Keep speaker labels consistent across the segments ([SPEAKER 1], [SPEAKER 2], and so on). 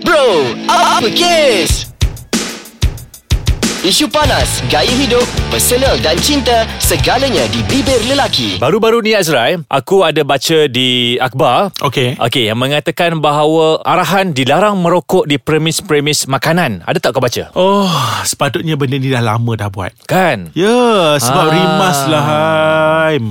[SPEAKER 1] Bro, apa kes? Isu panas, gaya hidup, personal dan cinta, segalanya di bibir lelaki.
[SPEAKER 2] Baru-baru ni Azrai, aku ada baca di akhbar
[SPEAKER 3] Okey.
[SPEAKER 2] Okey, yang mengatakan bahawa arahan dilarang merokok di premis-premis makanan. Ada tak kau baca?
[SPEAKER 3] Oh, sepatutnya benda ni dah lama dah buat.
[SPEAKER 2] Kan?
[SPEAKER 3] Ya, yeah, sebab
[SPEAKER 2] Ah.
[SPEAKER 3] ah. rimas lah Haim.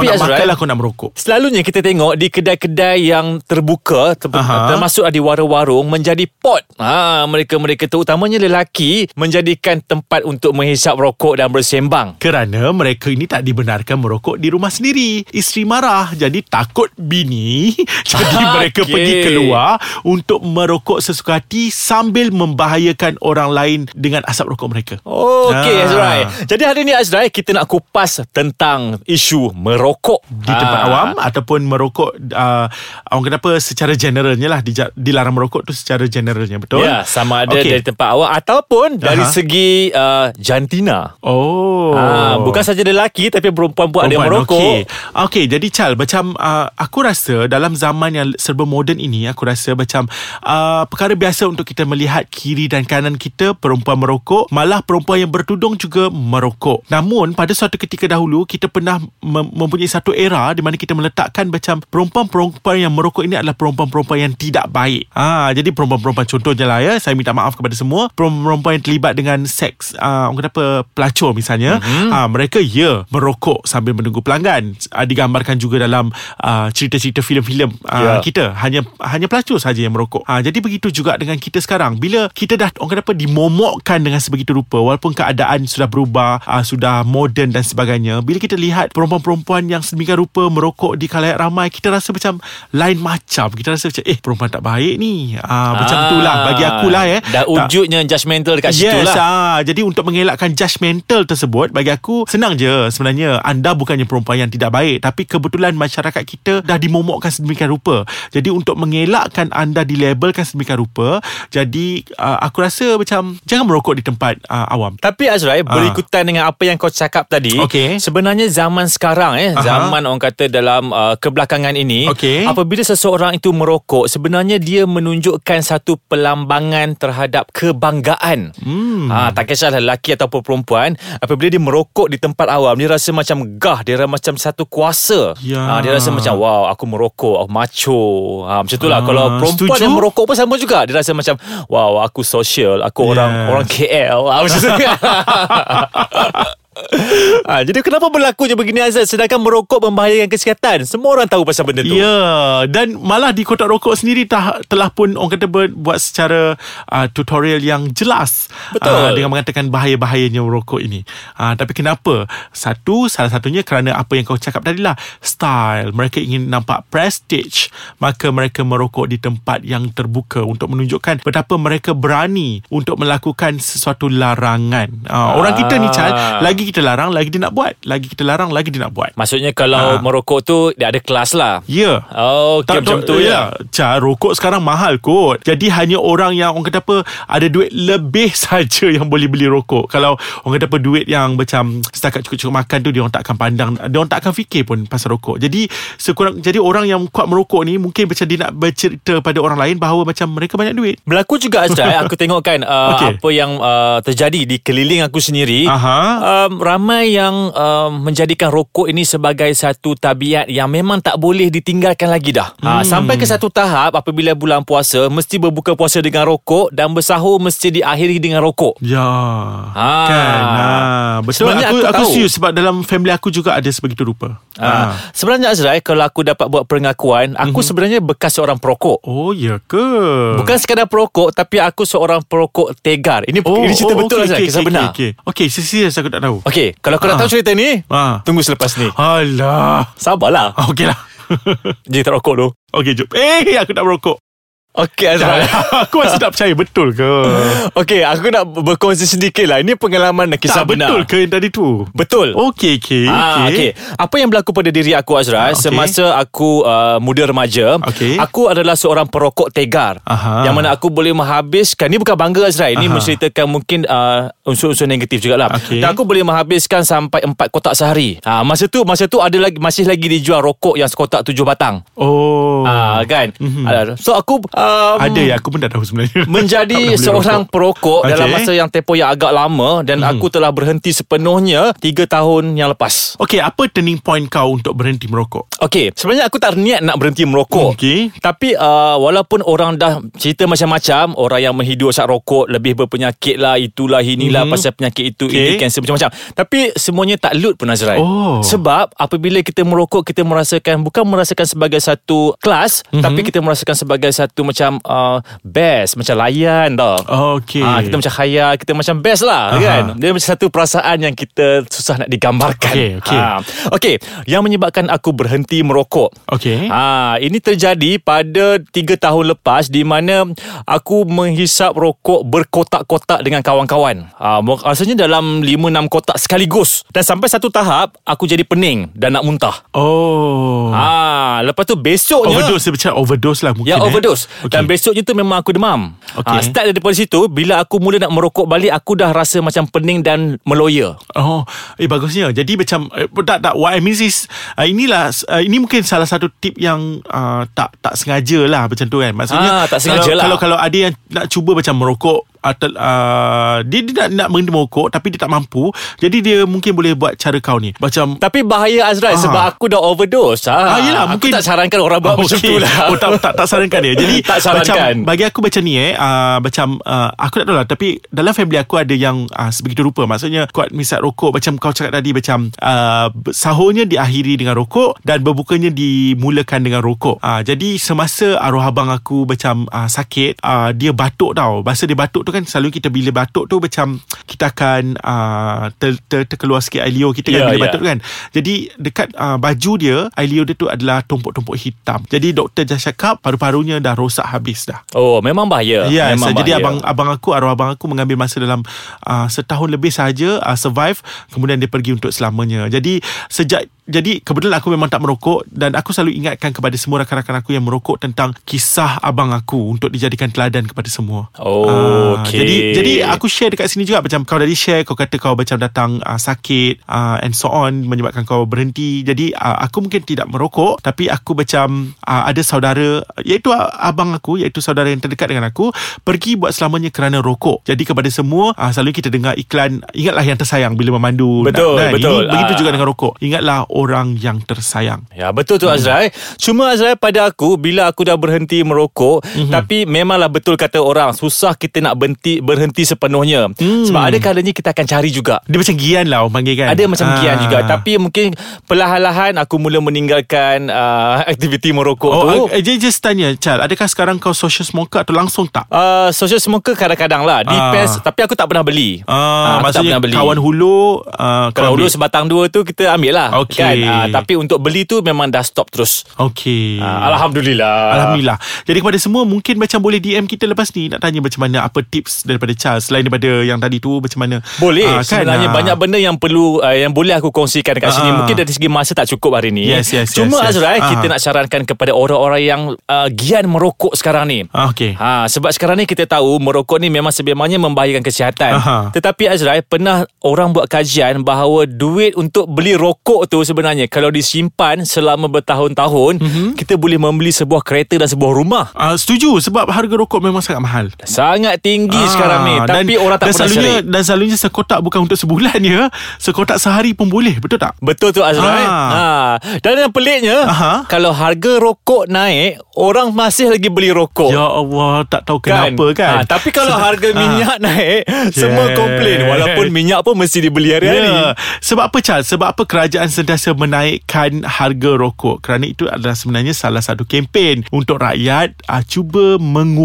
[SPEAKER 2] Tapi
[SPEAKER 3] orang nak
[SPEAKER 2] Azrael-
[SPEAKER 3] makan lah kau nak merokok.
[SPEAKER 2] Selalunya kita tengok di kedai-kedai yang terbuka ter-
[SPEAKER 3] Aha.
[SPEAKER 2] termasuk di warung-warung menjadi pot. Ha, mereka-mereka terutamanya lelaki menjadikan tempat untuk menghisap rokok dan bersembang.
[SPEAKER 3] Kerana mereka ini tak dibenarkan merokok di rumah sendiri. Isteri marah, jadi takut bini. jadi
[SPEAKER 2] Ah,
[SPEAKER 3] mereka
[SPEAKER 2] okey.
[SPEAKER 3] pergi keluar untuk merokok sesuka hati sambil membahayakan orang lain dengan asap rokok mereka.
[SPEAKER 2] Oh. Okey
[SPEAKER 3] Ah.
[SPEAKER 2] Azrai. Jadi hari ni Azrai kita nak kupas tentang isu merokok
[SPEAKER 3] di tempat
[SPEAKER 2] Ah.
[SPEAKER 3] awam ataupun merokok uh, orang kenapa secara generalnya lah dija- dilarang merokok tu secara generalnya betul?
[SPEAKER 2] Ya, sama ada
[SPEAKER 3] Okey.
[SPEAKER 2] okay. dari tempat awam ataupun dari
[SPEAKER 3] Aha.
[SPEAKER 2] segi uh, jantina.
[SPEAKER 3] Oh.
[SPEAKER 2] Ah, bukan saja lelaki tapi perempuan pun ada yang
[SPEAKER 3] Perempuan,
[SPEAKER 2] merokok.
[SPEAKER 3] Okey, okay, jadi Chal, macam uh, aku rasa dalam zaman yang serba moden ini, aku rasa macam uh, perkara biasa untuk kita melihat kiri dan kanan kita, perempuan merokok, malah perempuan yang bertudung juga merokok. Namun, pada suatu ketika dahulu, kita pernah mem- mempunyai satu era di mana kita meletakkan macam perempuan-perempuan yang merokok ini adalah perempuan-perempuan yang tidak baik. Ah, jadi perempuan-perempuan contohnya lah ya, saya minta maaf kepada semua, perempuan-perempuan yang terlibat dengan seks, uh, orang kata apa, pelacur misalnya, mm-hmm. uh, mereka ya merokok sambil menunggu pelanggan. Uh, digambarkan juga dalam uh, cerita-cerita filem-filem
[SPEAKER 2] Ya.
[SPEAKER 3] uh, kita hanya hanya pelacur saja yang merokok. Uh, jadi begitu juga dengan kita sekarang. Bila kita dah orang kata apa dimomokkan dengan sebegitu rupa walaupun keadaan sudah berubah, uh, sudah moden dan sebagainya, bila kita lihat perempuan-perempuan yang sedemikian rupa merokok di khalayak ramai, kita rasa macam lain macam. Kita rasa macam eh perempuan tak baik ni. Uh, macam
[SPEAKER 2] Ah,
[SPEAKER 3] itulah bagi akulah eh.
[SPEAKER 2] Dah
[SPEAKER 3] Tak-
[SPEAKER 2] wujudnya judgemental dekat situ lah.
[SPEAKER 3] yes, Ah, jadi untuk mengelakkan judgemental tersebut bagi aku senang je sebenarnya anda bukannya perempuan yang tidak baik tapi kebetulan masyarakat kita dah dimomokkan sedemikian rupa. Jadi untuk mengelakkan anda dilabelkan sedemikian rupa, jadi uh, aku rasa macam jangan merokok di tempat uh, awam.
[SPEAKER 2] Tapi Azrai Berikutan dengan apa yang kau cakap tadi
[SPEAKER 3] Okey.
[SPEAKER 2] Sebenarnya zaman sekarang eh,
[SPEAKER 3] Aha.
[SPEAKER 2] Zaman orang kata dalam uh, Kebelakangan ini
[SPEAKER 3] Okey.
[SPEAKER 2] Apabila seseorang itu merokok Sebenarnya dia menunjukkan Satu perlambangan Terhadap kebanggaan hmm. ha, Tak kisahlah lelaki Ataupun perempuan Apabila dia merokok Di tempat awam Dia rasa macam gah Dia rasa macam satu kuasa
[SPEAKER 3] Ya.
[SPEAKER 2] ha, Dia rasa macam Wow aku merokok Aku macho ha, Macam itulah
[SPEAKER 3] Ah,
[SPEAKER 2] Kalau perempuan
[SPEAKER 3] setuju.
[SPEAKER 2] yang merokok pun sama juga Dia rasa macam Wow aku social Aku orang
[SPEAKER 3] Yes.
[SPEAKER 2] Orang KL Ah, Macam tu ha, Jadi kenapa berlaku je begini Azad Sedangkan merokok membahayakan kesihatan Semua orang tahu pasal benda tu
[SPEAKER 3] Ya, yeah. dan malah di kotak rokok sendiri dah, telah pun orang kata ber, buat secara uh, tutorial yang jelas.
[SPEAKER 2] Betul.
[SPEAKER 3] Ah, dengan mengatakan bahaya-bahayanya merokok ini. Uh, tapi kenapa? Satu, salah satunya kerana apa yang kau cakap tadi lah. Style. Mereka ingin nampak prestige. Maka mereka merokok di tempat yang terbuka untuk menunjukkan betapa mereka berani untuk melakukan sesuatu larangan. Uh, Orang kita ni,
[SPEAKER 2] Ah.
[SPEAKER 3] Chal, lagi kita larang, lagi dia nak buat. Lagi kita larang, lagi dia nak buat.
[SPEAKER 2] Maksudnya kalau
[SPEAKER 3] Ha.
[SPEAKER 2] merokok tu Dia ada kelas lah
[SPEAKER 3] Ya. Yeah.
[SPEAKER 2] Oh, okay,
[SPEAKER 3] Tak
[SPEAKER 2] macam
[SPEAKER 3] macam
[SPEAKER 2] tu je
[SPEAKER 3] ya. Cara rokok sekarang mahal kot. Jadi hanya orang yang orang kata apa ada duit lebih saja yang boleh beli rokok. Kalau orang kata apa duit yang macam setakat cukup-cukup makan tu dia orang tak akan pandang, dia orang tak akan fikir pun pasal rokok. Jadi sekurang jadi orang yang kuat merokok ni mungkin macam dia nak bercerita pada orang lain bahawa macam mereka banyak duit.
[SPEAKER 2] Berlaku juga Azrai Aku tengok kan uh, okay.
[SPEAKER 3] Okey.
[SPEAKER 2] Apa yang uh, terjadi Di keliling aku sendiri
[SPEAKER 3] Aha.
[SPEAKER 2] um, Ramai yang um, Menjadikan rokok ini Sebagai satu tabiat Yang memang tak boleh Ditinggalkan lagi dah hmm. ha, Sampai ke satu tahap Apabila bulan puasa Mesti berbuka puasa dengan rokok Dan bersahur Mesti diakhiri dengan rokok
[SPEAKER 3] Ya
[SPEAKER 2] Ha.
[SPEAKER 3] Kan ha. Betul
[SPEAKER 2] Sebenarnya
[SPEAKER 3] Aku,
[SPEAKER 2] aku
[SPEAKER 3] aku
[SPEAKER 2] tahu.
[SPEAKER 3] serius Sebab dalam family aku juga Ada sebegitu rupa
[SPEAKER 2] ha.
[SPEAKER 3] ha.
[SPEAKER 2] Sebenarnya Azrai Kalau aku dapat buat pengakuan Aku hmm. sebenarnya bekas seorang perokok
[SPEAKER 3] Oh ya ke
[SPEAKER 2] Bukan sekadar perokok Tapi aku seorang perokok tegar Ini, oh, ini cerita betul
[SPEAKER 3] okay,
[SPEAKER 2] Azrai
[SPEAKER 3] okay,
[SPEAKER 2] Kisah
[SPEAKER 3] okay,
[SPEAKER 2] benar
[SPEAKER 3] Okay, okay. okay serius aku tak tahu.
[SPEAKER 2] Okey, kalau kau nak
[SPEAKER 3] Ah.
[SPEAKER 2] tahu cerita ni,
[SPEAKER 3] Ah.
[SPEAKER 2] tunggu selepas ni.
[SPEAKER 3] Alah.
[SPEAKER 2] Sabarlah.
[SPEAKER 3] Ah, Okey lah.
[SPEAKER 2] Jadi tak rokok dulu.
[SPEAKER 3] Okey, jom. Eh, aku tak merokok.
[SPEAKER 2] Okey Azra.
[SPEAKER 3] aku masih tak percaya betul ke?
[SPEAKER 2] Okey, aku nak berkongsi sedikit lah. Ini pengalaman dan kisah
[SPEAKER 3] tak betul
[SPEAKER 2] benar.
[SPEAKER 3] ke yang tadi tu?
[SPEAKER 2] Betul.
[SPEAKER 3] Okey, okey.
[SPEAKER 2] Ah, okay. Apa yang berlaku pada diri aku Azra
[SPEAKER 3] Ah, okey.
[SPEAKER 2] Semasa aku uh, muda remaja
[SPEAKER 3] Okey.
[SPEAKER 2] Aku adalah seorang perokok tegar
[SPEAKER 3] Aha.
[SPEAKER 2] Yang mana aku boleh menghabiskan Ini bukan bangga Azra Ini
[SPEAKER 3] Aha.
[SPEAKER 2] menceritakan mungkin uh, Unsur-unsur negatif jugalah
[SPEAKER 3] Okey.
[SPEAKER 2] Dan aku boleh menghabiskan Sampai 4 kotak sehari ha, Masa tu masa tu ada lagi masih lagi dijual rokok Yang sekotak 7 batang
[SPEAKER 3] Oh.
[SPEAKER 2] Ah kan. Mm-hmm. So aku uh, um,
[SPEAKER 3] Ada ya Aku pun tak tahu sebenarnya
[SPEAKER 2] menjadi seorang perokok okay.
[SPEAKER 3] Okey. Hmm.
[SPEAKER 2] dalam masa yang tempoh yang agak lama dan aku telah berhenti sepenuhnya 3 tahun yang lepas.
[SPEAKER 3] Okay apa turning point kau Untuk berhenti merokok
[SPEAKER 2] Okey, sebenarnya aku tak niat nak berhenti merokok.
[SPEAKER 3] Okey.
[SPEAKER 2] Tapi uh, walaupun orang dah cerita macam-macam, orang yang menghidup asap rokok lebih berpenyakit lah, itulah inilah mm-hmm. pasal penyakit itu,
[SPEAKER 3] Hmm. Okey.
[SPEAKER 2] ini kanser macam-macam. Tapi semuanya tak lut pun Azrai.
[SPEAKER 3] Oh.
[SPEAKER 2] Sebab apabila kita merokok kita merasakan bukan merasakan sebagai satu kelas, mm-hmm.
[SPEAKER 3] Mhm.
[SPEAKER 2] tapi kita merasakan sebagai satu macam uh, best, macam layan tau.
[SPEAKER 3] Oh. Okay
[SPEAKER 2] Ah, kita macam khayal Kita macam best lah
[SPEAKER 3] Aha.
[SPEAKER 2] kan Dia macam satu perasaan Yang kita susah nak digambarkan
[SPEAKER 3] Okey, okey.
[SPEAKER 2] Ah. Okey, Yang menyebabkan aku berhenti merokok
[SPEAKER 3] Okay
[SPEAKER 2] Ah, ini terjadi pada 3 tahun lepas di mana aku menghisap rokok berkotak-kotak dengan kawan-kawan. Ah, mu- rasanya dalam 5-6 kotak sekaligus. Dan sampai satu tahap aku jadi pening dan nak muntah.
[SPEAKER 3] Oh
[SPEAKER 2] Ah, lepas tu besoknya
[SPEAKER 3] Overdose Dia macam overdose lah mungkin
[SPEAKER 2] Ya
[SPEAKER 3] eh.
[SPEAKER 2] overdose
[SPEAKER 3] Okey.
[SPEAKER 2] okay. Dan besoknya tu memang aku demam
[SPEAKER 3] Okey.
[SPEAKER 2] okay. Start daripada situ Bila aku mula nak merokok balik Aku dah rasa macam pening dan meloya
[SPEAKER 3] Oh, eh bagusnya. Jadi macam eh, tak tak what I mean is uh, inilah uh, ini mungkin salah satu tip yang uh, tak tak sengaja lah macam tu kan.
[SPEAKER 2] Ah,
[SPEAKER 3] Maksudnya
[SPEAKER 2] tak
[SPEAKER 3] kalau,
[SPEAKER 2] sengaja lah.
[SPEAKER 3] kalau kalau ada yang nak cuba macam merokok atau uh, dia, dia nak nak berhenti merokok tapi dia tak mampu. Jadi dia mungkin boleh buat cara kau ni. Macam
[SPEAKER 2] Tapi bahaya Azrai
[SPEAKER 3] Ah.
[SPEAKER 2] Sebab aku dah overdose ah,
[SPEAKER 3] Ah, yelah,
[SPEAKER 2] Aku
[SPEAKER 3] mungkin-
[SPEAKER 2] tak sarankan orang buat macam
[SPEAKER 3] okey.
[SPEAKER 2] tu lah
[SPEAKER 3] Oh tak tak, tak sarankan dia. Jadi
[SPEAKER 2] Tak sarankan.
[SPEAKER 3] macam bagi aku macam ni eh uh, macam uh, aku tak tahu lah tapi dalam family aku ada yang uh, sebegitu rupa. Maksudnya kuat misal rokok macam kau cakap tadi macam uh, sahurnya diakhiri dengan rokok dan berbukanya dimulakan dengan rokok. Uh, jadi semasa arwah abang aku macam uh, sakit uh, dia batuk tau. Masa dia batuk tu kan selalu kita bila batuk tu macam kita akan uh, ter, ter, terkeluar sikit air liur kita kan
[SPEAKER 2] Ya,
[SPEAKER 3] bila
[SPEAKER 2] ya.
[SPEAKER 3] batuk kan. Jadi dekat uh, baju dia air liur dia tu adalah tumpuk-tumpuk hitam. Jadi doktor dah cakap paru-parunya dah rosak habis dah.
[SPEAKER 2] Oh memang bahaya
[SPEAKER 3] Ya, yes,
[SPEAKER 2] memang
[SPEAKER 3] jadi
[SPEAKER 2] bahaya.
[SPEAKER 3] abang abang aku arwah abang aku mengambil masa dalam uh, setahun lebih saja uh, survive kemudian dia pergi untuk selamanya. Jadi sejak jadi kebetulan aku memang tak merokok dan aku selalu ingatkan kepada semua rakan-rakan aku yang merokok tentang kisah abang aku untuk dijadikan teladan kepada semua.
[SPEAKER 2] Oh,
[SPEAKER 3] Ah,
[SPEAKER 2] okey.
[SPEAKER 3] Jadi jadi aku share dekat sini juga macam kau dari share kau kata kau macam datang uh, sakit uh, and so on menyebabkan kau berhenti. Jadi uh, aku mungkin tidak merokok tapi aku macam uh, ada saudara iaitu uh, abang aku iaitu saudara yang terdekat dengan aku pergi buat selamanya kerana rokok. Jadi kepada semua uh, selalu kita dengar iklan ingatlah yang tersayang bila memandu.
[SPEAKER 2] Betul, betul.
[SPEAKER 3] Ini begitu
[SPEAKER 2] Ah.
[SPEAKER 3] juga dengan rokok. Ingatlah orang yang tersayang.
[SPEAKER 2] Ya betul
[SPEAKER 3] Hmm.
[SPEAKER 2] tu Azrai Cuma Azrai pada aku Bila aku dah berhenti merokok
[SPEAKER 3] Hmm.
[SPEAKER 2] mm-hmm. Tapi memanglah betul kata orang Susah kita nak berhenti, berhenti sepenuhnya
[SPEAKER 3] Hmm.
[SPEAKER 2] mm. Sebab ada kalanya kita akan cari juga
[SPEAKER 3] Dia macam gian lah orang panggil kan.
[SPEAKER 2] Ada macam
[SPEAKER 3] Ah.
[SPEAKER 2] kian juga Tapi mungkin Perlahan-lahan Aku mula meninggalkan uh, Aktiviti merokok
[SPEAKER 3] Oh,
[SPEAKER 2] tu
[SPEAKER 3] oh. Just, just tanya Chal Adakah sekarang kau social smoker Atau langsung tak?
[SPEAKER 2] Uh, social smoker kadang-kadang lah Depends
[SPEAKER 3] Ah.
[SPEAKER 2] Tapi aku tak pernah beli
[SPEAKER 3] Ah,
[SPEAKER 2] Ah, aku tak
[SPEAKER 3] maksudnya
[SPEAKER 2] pernah beli.
[SPEAKER 3] kawan hulu uh,
[SPEAKER 2] Kalau dulu sebatang dua tu Kita ambil lah
[SPEAKER 3] Okey.
[SPEAKER 2] kan? Ah, Tapi untuk beli tu Memang dah stop terus
[SPEAKER 3] Okey.
[SPEAKER 2] Ah, Alhamdulillah
[SPEAKER 3] Hmm. Alhamdulillah. Jadi kepada semua mungkin macam boleh DM kita lepas ni nak tanya macam mana apa tips daripada Charles selain daripada yang tadi tu macam mana.
[SPEAKER 2] Boleh
[SPEAKER 3] Ah,
[SPEAKER 2] kan, Sebenarnya
[SPEAKER 3] Ah.
[SPEAKER 2] banyak benda yang perlu uh, Yang boleh aku kongsikan dekat sini
[SPEAKER 3] Ah.
[SPEAKER 2] Mungkin dari segi masa tak cukup hari ni
[SPEAKER 3] Yes, yes,
[SPEAKER 2] Cuma
[SPEAKER 3] yes, yes.
[SPEAKER 2] Azrai
[SPEAKER 3] Ah.
[SPEAKER 2] Kita nak sarankan kepada orang-orang yang uh, Gian merokok sekarang ni
[SPEAKER 3] Ah, Okey.
[SPEAKER 2] Ha, sebab sekarang ni kita tahu merokok ni memang sebenarnya membahayakan kesihatan.
[SPEAKER 3] Aha.
[SPEAKER 2] Tetapi Azrai pernah orang buat kajian bahawa duit untuk beli rokok tu sebenarnya kalau disimpan selama bertahun-tahun
[SPEAKER 3] Mhm.
[SPEAKER 2] mm-hmm. kita boleh membeli sebuah kereta dan sebuah rumah.
[SPEAKER 3] Ah, setuju sebab harga rokok memang sangat mahal.
[SPEAKER 2] Sangat tinggi
[SPEAKER 3] Ah,
[SPEAKER 2] sekarang ni tapi orang tak
[SPEAKER 3] dan
[SPEAKER 2] pernah
[SPEAKER 3] selalunya,
[SPEAKER 2] cari.
[SPEAKER 3] Dan selalunya sekotak bukan untuk sebulan ya Sekotak sehari pun boleh Betul tak?
[SPEAKER 2] Betul tu Azrai.
[SPEAKER 3] Ah.
[SPEAKER 2] Ha. Dan yang peliknya
[SPEAKER 3] Aha.
[SPEAKER 2] kalau harga rokok naik orang masih lagi beli rokok.
[SPEAKER 3] Ya Allah Tak tahu
[SPEAKER 2] Oh. Kan?
[SPEAKER 3] kenapa kan,
[SPEAKER 2] Ah, tapi kalau
[SPEAKER 3] Sebab-
[SPEAKER 2] harga
[SPEAKER 3] Ah.
[SPEAKER 2] minyak naik Semua
[SPEAKER 3] Yes.
[SPEAKER 2] komplain Walaupun minyak pun Mesti dibeli hari-hari
[SPEAKER 3] Ya. Sebab apa Charles? Sebab apa kerajaan sentiasa menaikkan harga rokok? Kerana itu adalah sebenarnya salah satu kempen untuk rakyat uh, cuba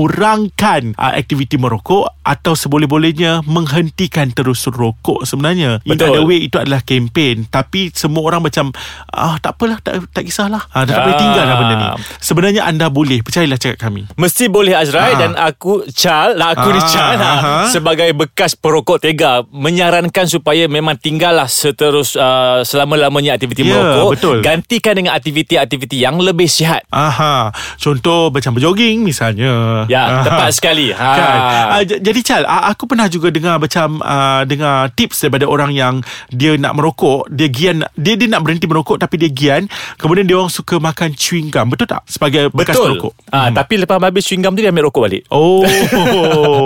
[SPEAKER 3] mengurangkan uh, aktiviti merokok atau seboleh-bolehnya menghentikan terus rokok sebenarnya. In
[SPEAKER 2] Betul.
[SPEAKER 3] other way itu adalah kempen tapi semua orang macam ah tak apalah tak tak kisahlah. Ah dah tak boleh
[SPEAKER 2] Ah.
[SPEAKER 3] tinggal dah benda ni. Sebenarnya anda boleh percayalah cakap kami.
[SPEAKER 2] Mesti boleh Azrai
[SPEAKER 3] Ah.
[SPEAKER 2] dan aku Chal lah aku
[SPEAKER 3] Ah,
[SPEAKER 2] ni Chal lah,
[SPEAKER 3] aha.
[SPEAKER 2] sebagai bekas perokok tega menyarankan supaya memang tinggallah seterus uh, selama-lamanya aktiviti aktiviti
[SPEAKER 3] Ya,
[SPEAKER 2] merokok
[SPEAKER 3] betul.
[SPEAKER 2] gantikan dengan aktiviti-aktiviti yang lebih sihat.
[SPEAKER 3] Aha, contoh macam berjoging misalnya.
[SPEAKER 2] Ya,
[SPEAKER 3] Aha.
[SPEAKER 2] tepat sekali. Ha.
[SPEAKER 3] Kan? Ah, j- jadi Chal, ah, aku pernah juga dengar macam ah, dengar tips daripada orang yang dia nak merokok, dia gian dia dia nak berhenti merokok tapi dia gian, kemudian dia orang suka makan chewing gum. Betul tak? Sebagai bekas merokok.
[SPEAKER 2] Ah, hmm. tapi lepas habis chewing gum tu dia ambil rokok balik.
[SPEAKER 3] Oh.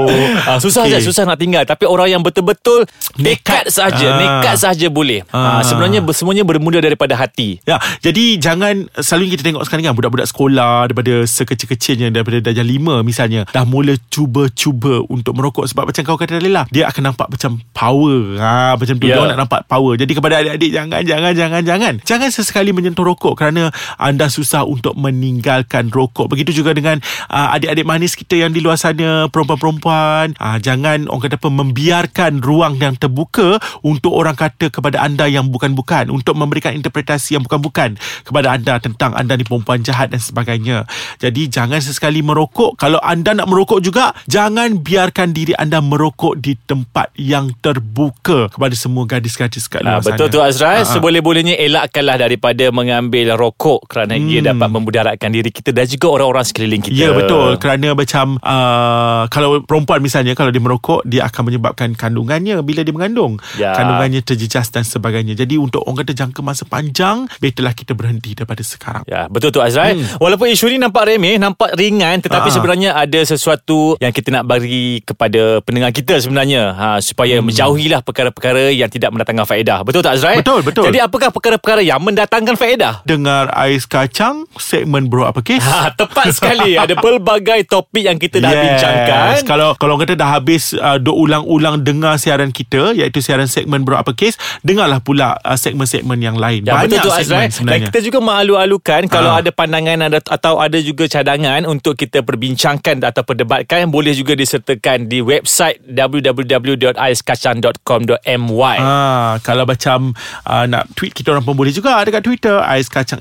[SPEAKER 2] Ah, susah okay.
[SPEAKER 3] Okey.
[SPEAKER 2] je Susah nak tinggal Tapi orang yang betul-betul Nekat saja
[SPEAKER 3] Ah.
[SPEAKER 2] Nekat saja boleh ah.
[SPEAKER 3] Ah.
[SPEAKER 2] Sebenarnya ber- Semuanya bermula daripada hati
[SPEAKER 3] Ya, jadi jangan selalu kita tengok sekarang kan budak-budak sekolah daripada sekecil-kecilnya daripada darjah 5 misalnya dah mula cuba-cuba untuk merokok sebab macam kau kata tadi lah dia akan nampak macam power. Ha macam tu
[SPEAKER 2] Ya.
[SPEAKER 3] yeah. dia orang nak nampak power. Jadi kepada adik-adik jangan jangan jangan jangan. Jangan sesekali menyentuh rokok kerana anda susah untuk meninggalkan rokok. Begitu juga dengan uh, adik-adik manis kita yang di luar sana perempuan-perempuan. Uh, jangan orang kata apa membiarkan ruang yang terbuka untuk orang kata kepada anda yang bukan-bukan untuk memberikan interpretasi yang bukan-bukan kepada anda tentang anda ni perempuan jahat dan sebagainya. Jadi jangan sesekali merokok. Kalau anda nak merokok juga jangan biarkan diri anda merokok di tempat yang terbuka kepada semua gadis-gadis kat
[SPEAKER 2] Ah,
[SPEAKER 3] luar sana.
[SPEAKER 2] betul tu Azrai Seboleh-bolehnya elakkanlah daripada mengambil rokok Kerana hmm. ia dapat memudaratkan diri kita Dan juga orang-orang sekeliling kita
[SPEAKER 3] Ya betul kerana macam uh, kalau perempuan misalnya kalau dia merokok dia akan menyebabkan kandungannya bila dia mengandung
[SPEAKER 2] Ya.
[SPEAKER 3] kandungannya terjejas dan sebagainya. Jadi untuk orang kata jangka masa panjang betullah kita berhenti daripada sekarang.
[SPEAKER 2] Ya, betul tu Azrai. Hmm. Walaupun isu ni nampak remeh, nampak ringan tetapi
[SPEAKER 3] Ah.
[SPEAKER 2] sebenarnya ada sesuatu yang kita nak bagi kepada pendengar kita sebenarnya. Ha supaya hmm. menjauhilah perkara-perkara yang tidak mendatangkan faedah. Betul tak Azrai?
[SPEAKER 3] Betul, betul.
[SPEAKER 2] Jadi apakah perkara-perkara yang mendatangkan faedah?
[SPEAKER 3] Dengar Ais Kacang segmen Bro Apa Kes.
[SPEAKER 2] Ha, tepat sekali. Ada pelbagai topik yang kita dah yes. bincangkan.
[SPEAKER 3] Kalau kalau orang kata dah habis uh, duk ulang-ulang dengar siaran kita iaitu siaran segmen Bro Apa Kes, dengarlah pula uh, segmen-segmen yang lain.
[SPEAKER 2] Ya,
[SPEAKER 3] Banyak
[SPEAKER 2] betul tu Azrai.
[SPEAKER 3] segmen
[SPEAKER 2] Dan
[SPEAKER 3] sebenarnya.
[SPEAKER 2] kita juga malu-alukan kalau
[SPEAKER 3] Ah.
[SPEAKER 2] ada pandangan ada, atau ada juga cadangan untuk kita perbincangkan atau perdebatkan boleh juga disertakan di website www.aiskacang.com.my.
[SPEAKER 3] Ah, kalau macam uh, nak tweet kita orang pun boleh juga dekat Twitter Ais Kacang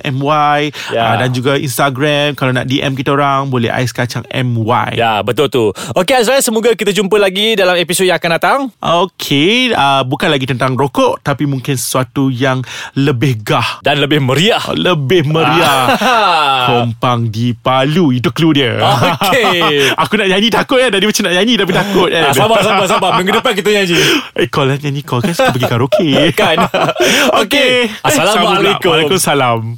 [SPEAKER 2] Ya.
[SPEAKER 3] MY yeah. uh, dan juga Instagram kalau nak DM kita orang boleh Ais Kacang MY.
[SPEAKER 2] Ya,
[SPEAKER 3] Yeah.
[SPEAKER 2] betul tu. Okey Azrai, semoga kita jumpa lagi dalam episod yang akan datang.
[SPEAKER 3] Okey, uh, bukan lagi tentang rokok tapi mungkin sesuatu yang lebih gah,
[SPEAKER 2] Dan lebih meriah.
[SPEAKER 3] lebih meriah. Kompang di Palu Itu clue dia
[SPEAKER 2] Ah. Okey.
[SPEAKER 3] Aku nak nyanyi takut kan Tadi macam nak nyanyi Tapi takut kan
[SPEAKER 2] Ah, sabar, sabar, sabar. Minggu depan kita nyanyi.
[SPEAKER 3] Eh call lah nyanyi call Kan suka pergi karaoke
[SPEAKER 2] Kan?
[SPEAKER 3] Okey
[SPEAKER 2] Okey. Assalamualaikum.
[SPEAKER 3] Waalaikumsalam